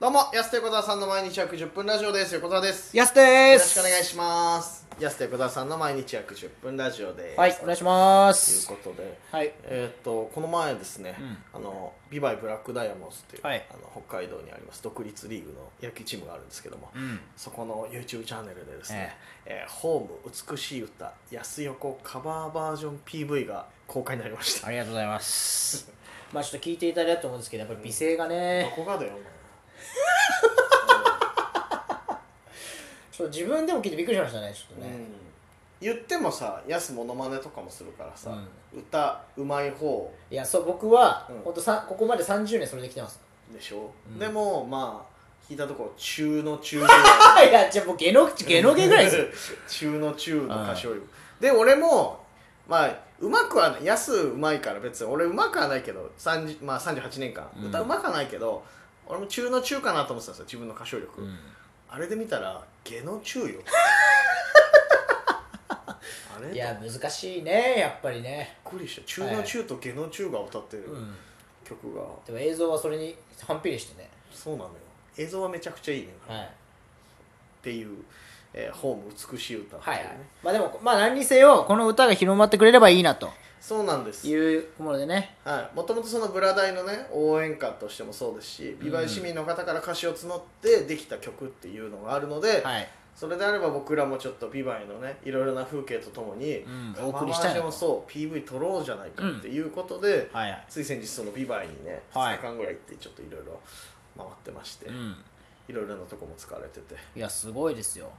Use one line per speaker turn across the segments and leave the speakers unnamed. どうも、安手横澤さんの毎日約10分ラジオです。横澤です。よ
やすで
ろ
す
しくお願いします。安手横澤さんの毎日約10分ラジオです。
はいお願いしま
という
す
ことで、
はい
えっ、と、この前ですね、あの、ビバイブラックダイヤモンドズっていう、
はい
あの北海道にあります独立リーグの野球チームがあるんですけども、
ん
そこの YouTube チャンネルでですね、えーホーム美しい歌安横カバーバージョン PV が公開になりました。
ありがとうございます まあちょっと聞いていただいたと思うんですけどやっぱり美声がね
どこがだよ、お前
ちょっと自分でも聞いてびっくりしましたねちょっと
う
ね、
ん言ってもさやすモノマネとかもするからさ、
う
歌うまい方
いやそう僕は、
うん
ほんとさここまで30年それできてます
でしょ、
うん
でもまあ聞いたところ中の中ぐ
あ
らい
いやじゃあもうゲノゲノゲぐらいです よ
中の中の歌手よりもで俺もまあうまくはないやすうまいから別に俺うまくはないけど、30まあ、38年間
うん
歌うまくはないけど、俺も中の中かなと思ってたんですよ自分の歌唱力、あれで見たら下の中よ あれ
いや難しいねやっぱりね、
びっくりした中の中と下の中が歌ってる
うん、
曲が、
でも映像はそれに反比例してね
そうなのよ映像はめちゃくちゃいいね、
は
っ
い
ていう、えーホーム美しい歌って
はいいうは
ね
いまあでもまあ何にせよこの歌が広まってくれればいいなと
そうなんです
いうものでね
はい、もともとそのブラダイのね応援歌としてもそうですし美唄市民の方から歌詞を募ってできた曲っていうのがあるので、
はい
それであれば僕らもちょっと美唄のねいろいろな風景とともに、
ん
カバー
お送りしたい
バージ
な
ョンをそう PV 撮ろうじゃないかっていうことで、
はいはい
つい先日その美唄にね
は
2
い
日間ぐらい行ってちょっといろいろ回ってまして、
うん
いろいろなとこも使われてて、
いやすごいですよ、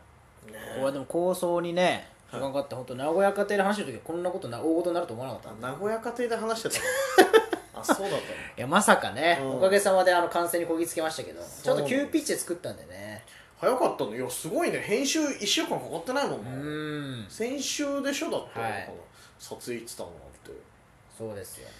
これでも構想にね時間かかって本当名古屋家庭で話してる時こんなことな大事になると思わなかった
あ
い
名古屋家庭で話してた のあそうだったの
やまさかね、
うん
おかげさまであの完成にこぎつけましたけどちょ
う
っ
なんで
と
す
急ピッチで作ったんでね
早かったのいやすごいね編集1週間かかってないもん
う
ね、
ーん
先週でしょだって、
はい
この撮影行ってたのなんて
そうですよね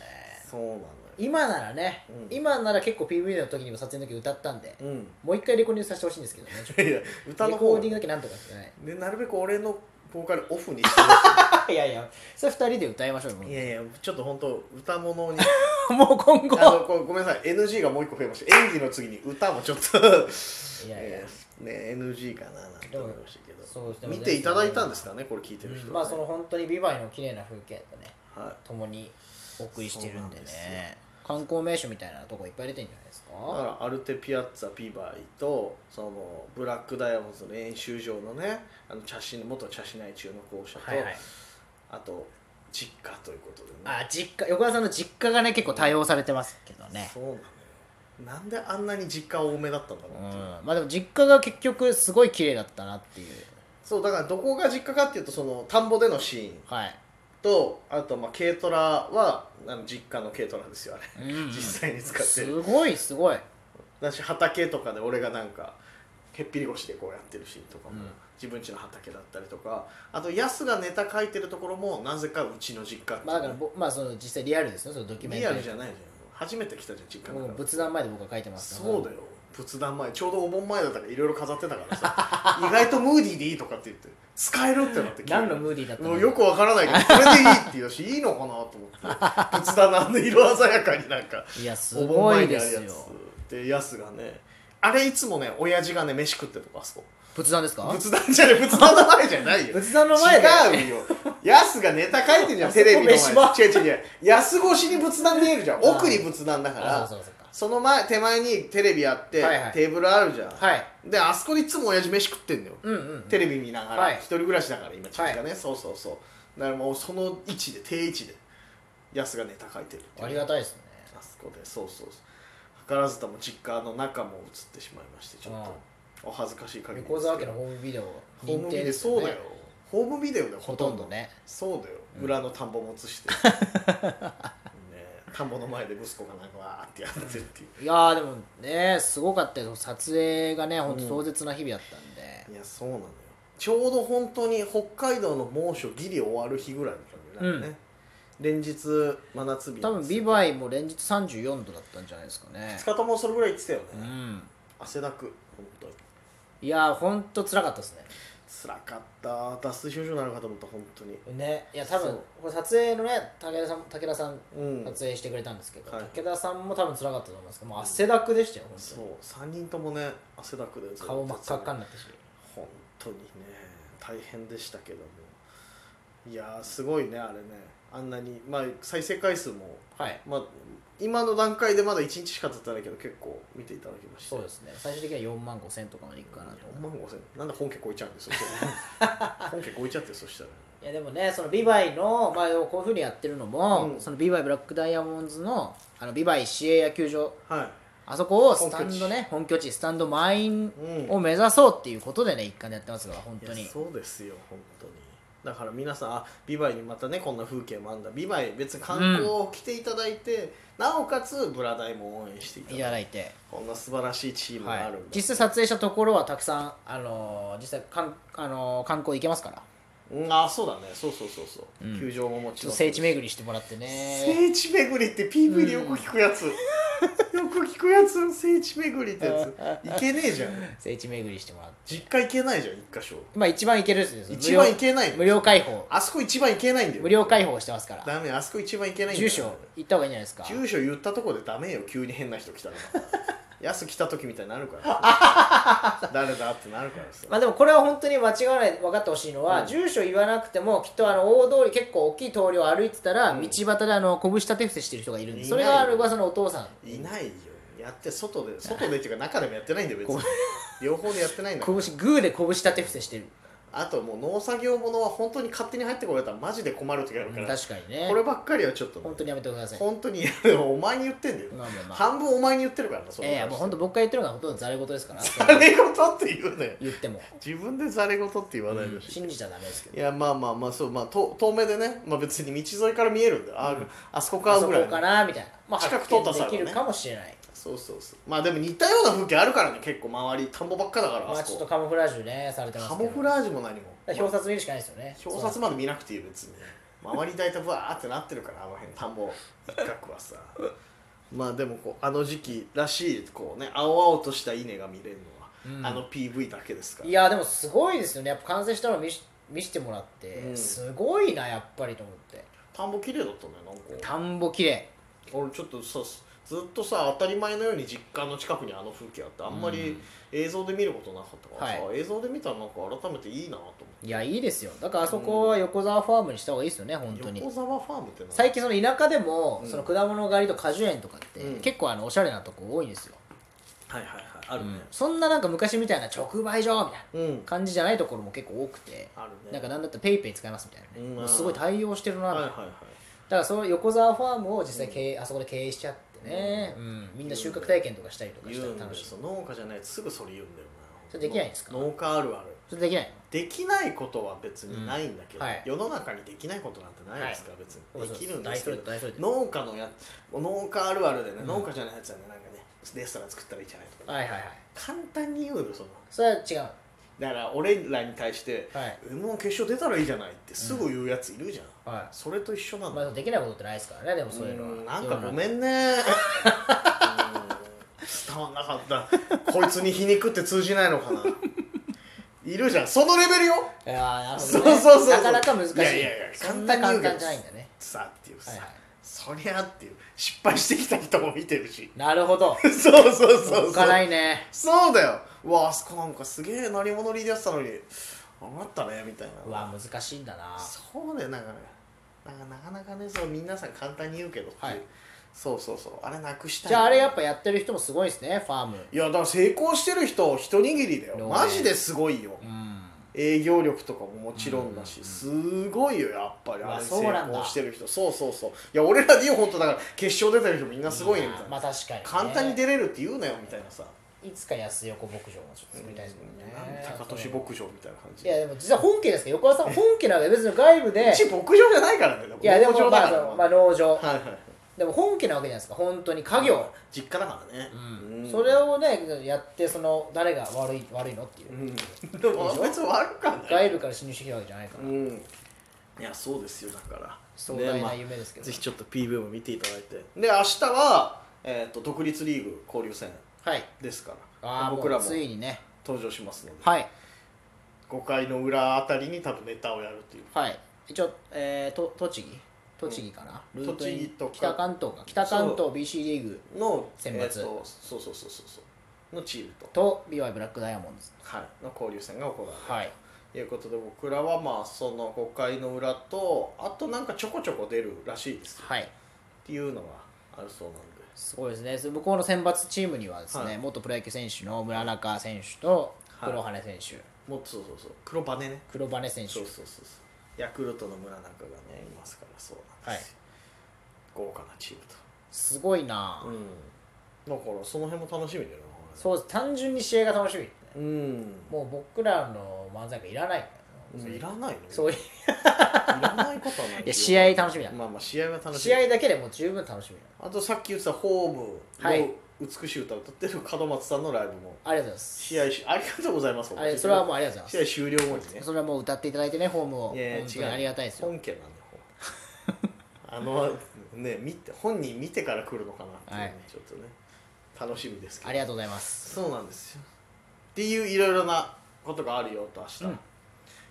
そうなのよ
今ならね、
うん
今なら結構 PV の時にも撮影の時歌ったんで、
うん
もう一回レコーディングさせてほしいんですけどねちょっ
いや
と
歌
レ
の
コ
方
ーディングだけなんとかし てね
でなるべく俺のボーカルオフにしてほ
いやいやそれ二人で歌いましょうよも
し
う
いいやいやちょっと本当歌物に
もう今後
あのこう ごめんなさい NG がもう一個増えました演技の次に歌もちょっと
いやいや
えー ね NG かななんて思いましたけど
そうですね
見ていただいたんですかねこれ聞いてる人はね、
まあその本当にビバイの綺麗な風景とね
はい
共にお送りしてるんで
そうなん
ね
です
観光名所みたいなとこいっぱい出てんじゃないです
だか
から
アルテ・ピアッツァ・ピーバイとそのブラック・ダイヤモンドズの練習場のねあの茶師元茶師内中の校舎と、あと実家ということでね
あ実家横田さんの実家がね結構対応されてますけどね
そうなのよなんであんなに実家多めだったんだ
う
ろう
ん
っていう、
まあでも実家が結局すごい綺麗だったなっていう
そうだからどこが実家かっていうとその田んぼでのシーン
はい、
とあとまあ軽トラはあの実家の軽トラですよあれ
うん
実際に使ってる
すごいすごい
だし畑とかで俺がなんかへっぴり腰でこうやってるシーンとかも、
うん
自分家の畑だったりとかあとヤスがネタ書いてるところもなぜかうちの実家っていう
まあだからぼまあその実際リアルですよそのドキュメン
リ
タ
ア
リ
ルじ
ー
ゃないじゃん初めて来たじゃん実家
も
だ
う
から
仏壇前で僕は書いてますから
そうだよ仏壇前ちょうどお盆前だったからいろいろ飾ってたからさ 意外とムーディーでいいとかって言って使えるってなって
何のムーディーだった
も
の
うよくわからないけどこれでいいって言うしいいのかなと思って仏壇なんで色鮮やかになんか
いやす
お盆
ご
前に
いで
ある
す
や
よ
つでヤスがねあれいつもね親父がね飯食ってるとこあそこ
仏壇ですか
仏壇じゃね仏壇の前じゃないよ
仏壇の前で
違うよヤスがネタ書いてるじゃん
あそこ
テレビの
飯場
前違う違う違うヤス越しに仏壇見えるじゃん
あー
奥に仏壇だから
あそうそうそうか
その前手前にテレビあって、
はいはい
テーブルあるじゃん、
はい
であそこでいつも親父飯食ってんのよ、
うんうん
テレビ見ながら、
はい
一人暮らしだから今父がね、そうそうそうだからもうその位置で定位置でヤスがネタ書いてるっていう
ありがたいですね
あそこでそうそうそう図らずとも実家の中も映ってしまいましてちょっとお恥ずかしい限りですけど
横澤家のホームビデオ
ホームビデオ
よ
そうだよホームビデオだよ
ほとんどね
そうだよ裏の田んぼも映 してねえ田んぼの前で息子がなんかわーってやってってい
いやーでもねすごかったよ撮影がね本当壮絶な日々だったんで
ういやそうなのよちょうど本当に北海道の猛暑ギリ終わる日ぐらいの感じなんだね、連日真夏日
多分ビ
イ
バイも連日34度だったんじゃないですかね
2日ともそれぐらい言ってたよね、
うん
汗だく本当に
いやーほんとつらかったですね
つらかった脱水症状なのかと思った本当に
ねいや多分
そう
これ撮影のね武田さん武田さん
うん
撮影してくれたんですけど、
はい
武田さんも多分辛かったと思うんですけどもう汗だくでしたよ本
そ
当に
う3人ともね汗だくでずっと
顔真っ赤っかになったし
本当にね大変でしたけどもいやーすごいねあれねあんなにまあ再生回数も、
はい
まあ、今の段階でまだ1日しか経ってないけど結構見ていただきました
そうですね最終的には4万5千とかまでいくかなと
4万5千なんで本家超えちゃうんですよ 本家超えちゃってそしたら
いやでもねそのビバイの、まあ、こういうふうにやってるのも、
うん
そのビバイブラックダイヤモンドズのあのビバイ市営野球場
はい
あそこをスタンドね本拠地スタンド満員を目指そうっていうことでね一貫でやってますから本当
い
に
やそうですよ本当にだから皆さんあビバイにまたねこんな風景もあんだビバイ別に観光を来ていただいて、なおかつブラダイも応援していた
い
だ
た
いて
だいて、
こんな素晴らしいチームがあ
はい
るんだ、、
実際撮影したところはたくさん、あのー実際かん、あのー観光行けますから
うんあそうだねそうそうそうそう、
うん
球場もも
ち
ちろ
ょっ
ん
と聖地巡りしてもらってね
聖地巡りって PV でよく聞く やつ、よく聞くやつ聖地巡りってやついけねえじゃん
聖地巡りしてもらって
実家行けないじゃん一箇所
まあ一番行けるやつですよ
一番行けない
無料開放
あそこ一番行けないんだよ
無料開放してますから
ダメあそこ一番行けないんだ
住
よ
所行った方がいいんじゃないですか
住所言ったとこでダメよ急に変な人来た らやす来た時みたいになるからさ 誰だってなるからさ
まあでもこれは本当に間違わない分かってほしいのは、
うん
住所言わなくてもきっとあの大通り結構大きい通りを歩いてたら、
うん
道端であの拳立て伏せしてる人がいるん
い
で
ない
それがある噂のお父さん
いないよやって外で外でっていうか中でもやってないんだよ別に両方でやってないんだよ
拳グーで拳立て伏せしてる、
あともう農作業ものは本当に勝手に入ってこられたらマジで困る時あるから、
確かにね
こればっかりはちょっとね、
本当にやめてください
本当にいやでもお前に言ってんだよ、
まあまあまあ
半分お前に言ってるからなそ
ええも う本当
当
僕が言ってるのがほとんどざれ言ですから
ざれ事って言うね
言っても、
自分でざれ事って言わないでほしい、
信じちゃダメですけど
いやまあまあまあそうまあと遠目でね、まあ、別に道沿いから見えるんで、ああそこか
あそ
ぐらい
こ
の
かなみたいな、まあ、
近く通った際は
発
ね
見できるかもしれない、
そうそうそうまあでも似たような風景あるからね結構周り田んぼばっかだから
まあ
あ
ち
そ
ょっ
こ
と、カモフラージュねされてます
カ
けど
モフラージュも何も
だから表札見るしかないですよね
表札まで見なくていいよ別に周り大体ブワーってなってるからあの辺田んぼ一角はさ まあでもこうあの時期らしいこうね青々とした稲が見れるのは、
うん
あの PV だけですから
いやでもすごいですよねやっぱ完成したのを見し見してもらって、
うん
すごいなやっぱりと思って
田んぼ綺麗だったねなんか
田んぼ綺麗
俺ちょっとさずっとさ当たり前のように実家の近くにあの風景あってあんまり映像で見ることなかったからさ、
は
映像で見たらなんか改めていいなと思って
いやいいですよだからあそこは横沢ファームにした方がいいですよね本当に
横沢ファームって何
最近その田舎でも、
うん
その果物狩りと果樹園とかって、
うん
結構あのおしゃれなとこ多いんですよ、
はいはいはいあるね
うんそんななんか昔みたいな直売所みたい
うん、
な感じじゃないところも結構多くて
あるね
なんかなんだったらペイペイ使いますみたいな
う
ね、
ん
もうすごい対応してるな、
はいはい
だ
はい
からその横沢ファームを実際経営、あそこで経営しちゃってね、うんみんな収穫体験とかしたりとかし
言
た
うん
ら
だよ
楽しい
そう農家じゃないとすぐそれ言うんだよな
それできないんですか
農家あるある
それできない
できないことは別にないんだけど、
うんはい
世の中にできないことなんてないですから、別
の
にできるんですけど
大それて
農家のや農家あるあるでね、
うん
農家じゃないやつはねなんかねレストラン作ったらいいじゃないとか、
はいはいはい
簡単に言うのその
それは違う
だから俺らに対して
はい
m 1決勝出たらいいじゃないってすぐ言うやついるじゃん、
は
それと一緒ないの、
まあできないことってないですからねでもそういうのは
うんなんかご
ん
めんねうん伝わんなかったこいつに皮肉って通じないのかないるじゃんそのレベルよ
いやーなるほ
そ
ど
う
ね、
そうそう
なかなか難しい
やいやいや
そんな簡単じゃないんだね
さっていうさ、
はいはい
そりゃっていう失敗してきた人も見てるし
なるほど
そうそうそうそう
浮かないね
そうだようわあそこなんかすげえ何者リーダーしたのに余ったねみたいな
うわ難しいんだな
そうだよなんかねなんかなかなかねそう皆さん簡単に言うけど、
はい
そうそうそうあれなくしたい
じゃああれやっぱやってる人もすごいですねファーム
いやだから成功してる人一握りだ
ね
よマジですごいよ
うん
営業力とかももちろんだし、すごいよやっぱり
うわ
あれ成
そうなんだ
功してる人そうそうそういや俺らで言う本当だから決勝出てる人みんなすごいねみたいな、
まあ確かに、ね、
簡単に出れるって言うなよみたいなさ、
いつか安横牧場もちょっと作りたいですもんね
なん高俊牧場みたいな感じ
いやでも実は本家ですか横川さん本家なんで別に外部で
うち牧場じゃないからね
いやで
牧
も
場
ま
だか
あそ
ら
のまあ農場
はいはい
でも本家なわけじゃないですか本当に家業、
実家だからね、うん
それをねやってその誰が悪い悪いのっていう、
うんでも別に悪くはない
外部から侵入してきたわけじゃないから、
うんいやそうですよだから
壮
で
大
ま
な
あ
夢ですけど、
ぜひちょっと PV も見ていただいてで明日は、えー、と独立リーグ交流戦
はい
ですから
ああ
僕らも
ついにね
登場しますので、
はい
5回の裏あたりに多分ネタをやるっていう
はい一応、えー、と栃木栃木かな、
うん
ルートイン
栃木とか
北関東か北関東 BC リーグ
の
選抜
えーとそうそうそうそうそうのチームと、
と BY ブラックダイヤモンドズ
はい、の交流戦が行われる
はい
ということで僕らはまあその5回の裏とあとなんかちょこちょこ出るらしいですよ
はい
っていうのがあるそうなんです
ごいですねその向こうの選抜チームにはですね、
はい
元プロ野球選手の村中選手と
はい
黒羽選手、
もっとそうそうそう黒羽ね
黒羽選手
そうそうそうそうヤクルトの村中がねいますからそうなんですよ、豪華なチーム
すごいな、
とうんだからその辺も楽しみだよな
そうです単純に試合が楽しみ
うん
もう僕らの漫才がいらないから
いらないの
そう
い
いう
らないことはない
いや試合楽しみだ
まあまあ試合は楽しみ
試合だけでもう十分楽しみだ
あとさっき言ってたホ
は
ーム
い
の美しい歌を歌ってる門松さんのライブも
ありがとうございます
試合しありがとうございます
あれそれはもう
う
ありがとうござい
試合終了後に
ま
ね
すそれはもう歌っていただいてねホームを
いやいや
本当にありがたいですよ
本家なんだよ本あのね見て本人見てから来るのかなっていうね、
はい
ちょっとね楽しみですけど
ありがとうございます
そうなんですよっていういろいろなことがあるよと明日、
うん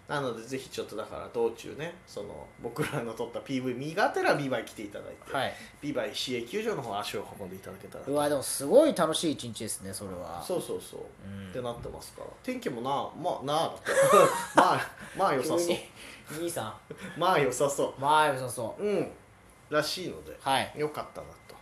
なのでぜひちょっとだから道中ねその僕らの撮った PV 見がてらビバイ来ていただいて、
はい
ビバイ市営球場の方足を運んでいただけたら
うわでもすごい楽しい一日ですねそれは
そうそうそう、
うん
ってなってますから天気もなまあなあだって まあまあ良さそう
急に兄さ
まあ良さそ
んまあそうそ
う
う
うんらしいので
はい
良かったなと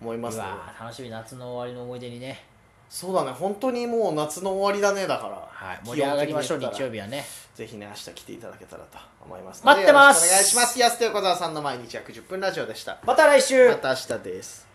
思いうますね
わ楽しみ夏の終わりの思い出にね
そうだね本当にもう夏の終わりだねだから、
はい盛り上がりましょう
気温
日
的に
曜
言ったら
日はね
ぜひね明日来ていただけたらと思います
待ってます
よろしくお願いします安手横澤さんの毎日約10分ラジオでした
また来週
また明日です